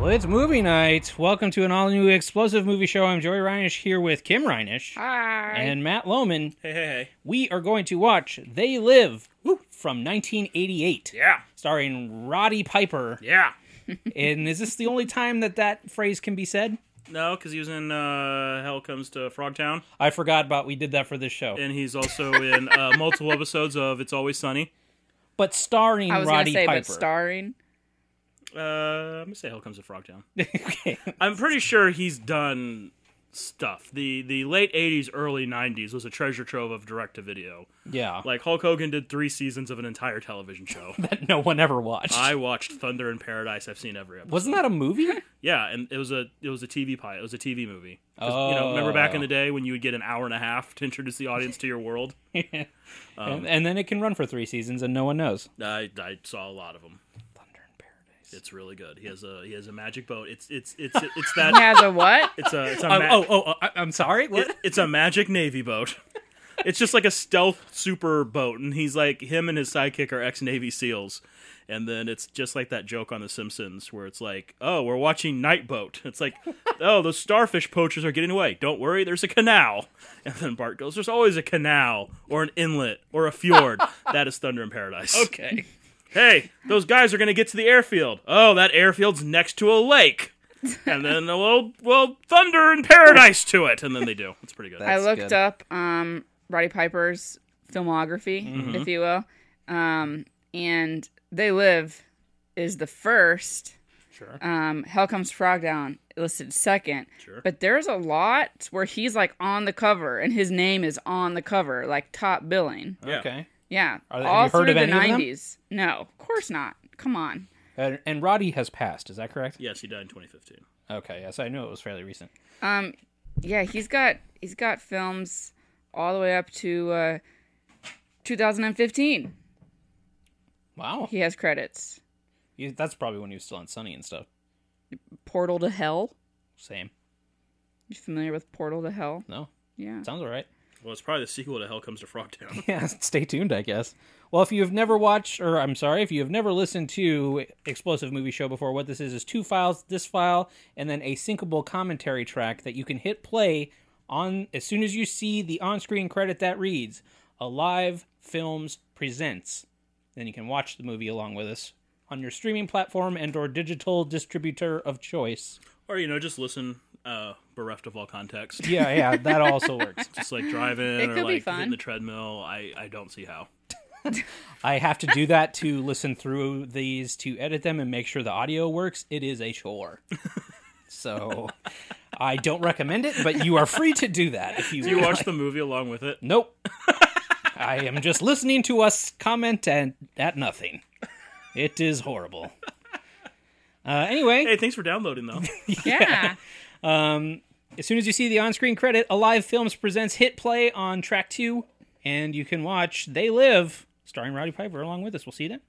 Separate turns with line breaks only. Well, it's movie night. Welcome to an all new explosive movie show. I'm Joey Reinish here with Kim Reinish and Matt Lohman.
Hey, hey, hey.
We are going to watch They Live from 1988,
Yeah.
starring Roddy Piper.
Yeah.
And is this the only time that that phrase can be said?
No, because he was in uh, Hell Comes to Frogtown,
I forgot about we did that for this show.
and he's also in uh, multiple episodes of It's Always Sunny.
But starring
I was
Roddy
gonna say,
Piper.
but starring.
Uh, I'm going to say Hell Comes to Frogtown.
okay.
I'm pretty sure he's done stuff. The, the late 80s, early 90s was a treasure trove of direct to video.
Yeah.
Like, Hulk Hogan did three seasons of an entire television show.
that no one ever watched.
I watched Thunder in Paradise. I've seen every episode.
Wasn't that a movie?
Yeah, and it was a it was a TV pilot. It was a TV movie. 'Cause, You know, remember back in the day when you would get an hour and a half to introduce the audience to your world?
Um,
and, and then it can run for three seasons and no one knows.
I, I saw a lot of them.
Thunder in Paradise.
It's really good. He has a he has a magic boat. It's it's it's it's that
He has a what?
it's a it's a
Oh,
ma-
oh, oh, oh, I, I'm sorry. What?
it- it's a magic navy boat. It's just like a stealth super boat, and he's like him and his sidekick are ex Navy SEALs, and then it's just like that joke on The Simpsons where it's like, oh, we're watching Night Boat. It's like, oh, those starfish poachers are getting away. Don't worry, there's a canal. And then Bart goes, there's always a canal or an inlet or a fjord. that is Thunder in Paradise.
okay.
hey, those guys are going to get to the airfield. Oh, that airfield's next to a lake. And then we'll, we'll thunder in paradise to it. And then they do. It's pretty good.
I
That's
looked
good.
up um, Roddy Piper's filmography,
Mm-hmm.
if you will, um, and They Live is the first.
Sure.
Um, Hell Comes Frog Down listed second.
Sure.
But there's a lot where he's like on the cover, and his name is on the cover, like top billing.
Yeah.
Okay.
Yeah,
Are- have
all
you heard
through
of
the
any of them?
'90s. No, of course not. Come on.
And, and Roddy has passed. Is that correct?
Yes, he died in 2015.
Okay. Yes, I knew it was fairly recent.
Um, yeah, he's got he's got films all the way up to uh, 2015.
Wow.
He has credits:
You- That's probably when he was still on Sunny and stuff.
Portal to Hell.
Same.
You familiar with Portal to Hell?
No.
Yeah.
Sounds all right.
Well, it's probably the sequel to Hell Comes to Frogtown.
Yeah. Stay tuned, I guess. Well, if you have never watched, or I'm sorry, if you have never listened to Explosive Movie Show before, what this is is two files this file and then a syncable commentary track that you can hit play on as soon as you see the on screen credit that reads Alive Films Presents. Then you can watch the movie along with us on your streaming platform and or digital distributor of choice.
or, you know, just listen, uh, bereft of all context.
Yeah, yeah, that also works.
Just like driving
It
or
could be
like hitting
fun.
the treadmill. I, I don't see how.
I have to do that to listen through these to edit them and make sure the audio works. It is a chore. So I don't recommend it, but you are free to do that if you,
You watch the movie along with it.
Nope. I am just listening to us comment and at nothing. It is horrible. Uh, anyway,
Hey, thanks for downloading, though.
Yeah.
as soon as you see the on-screen credit, Alive Films presents hit play on track two, and you can watch They Live, starring Roddy Piper, along with us. We'll see you then.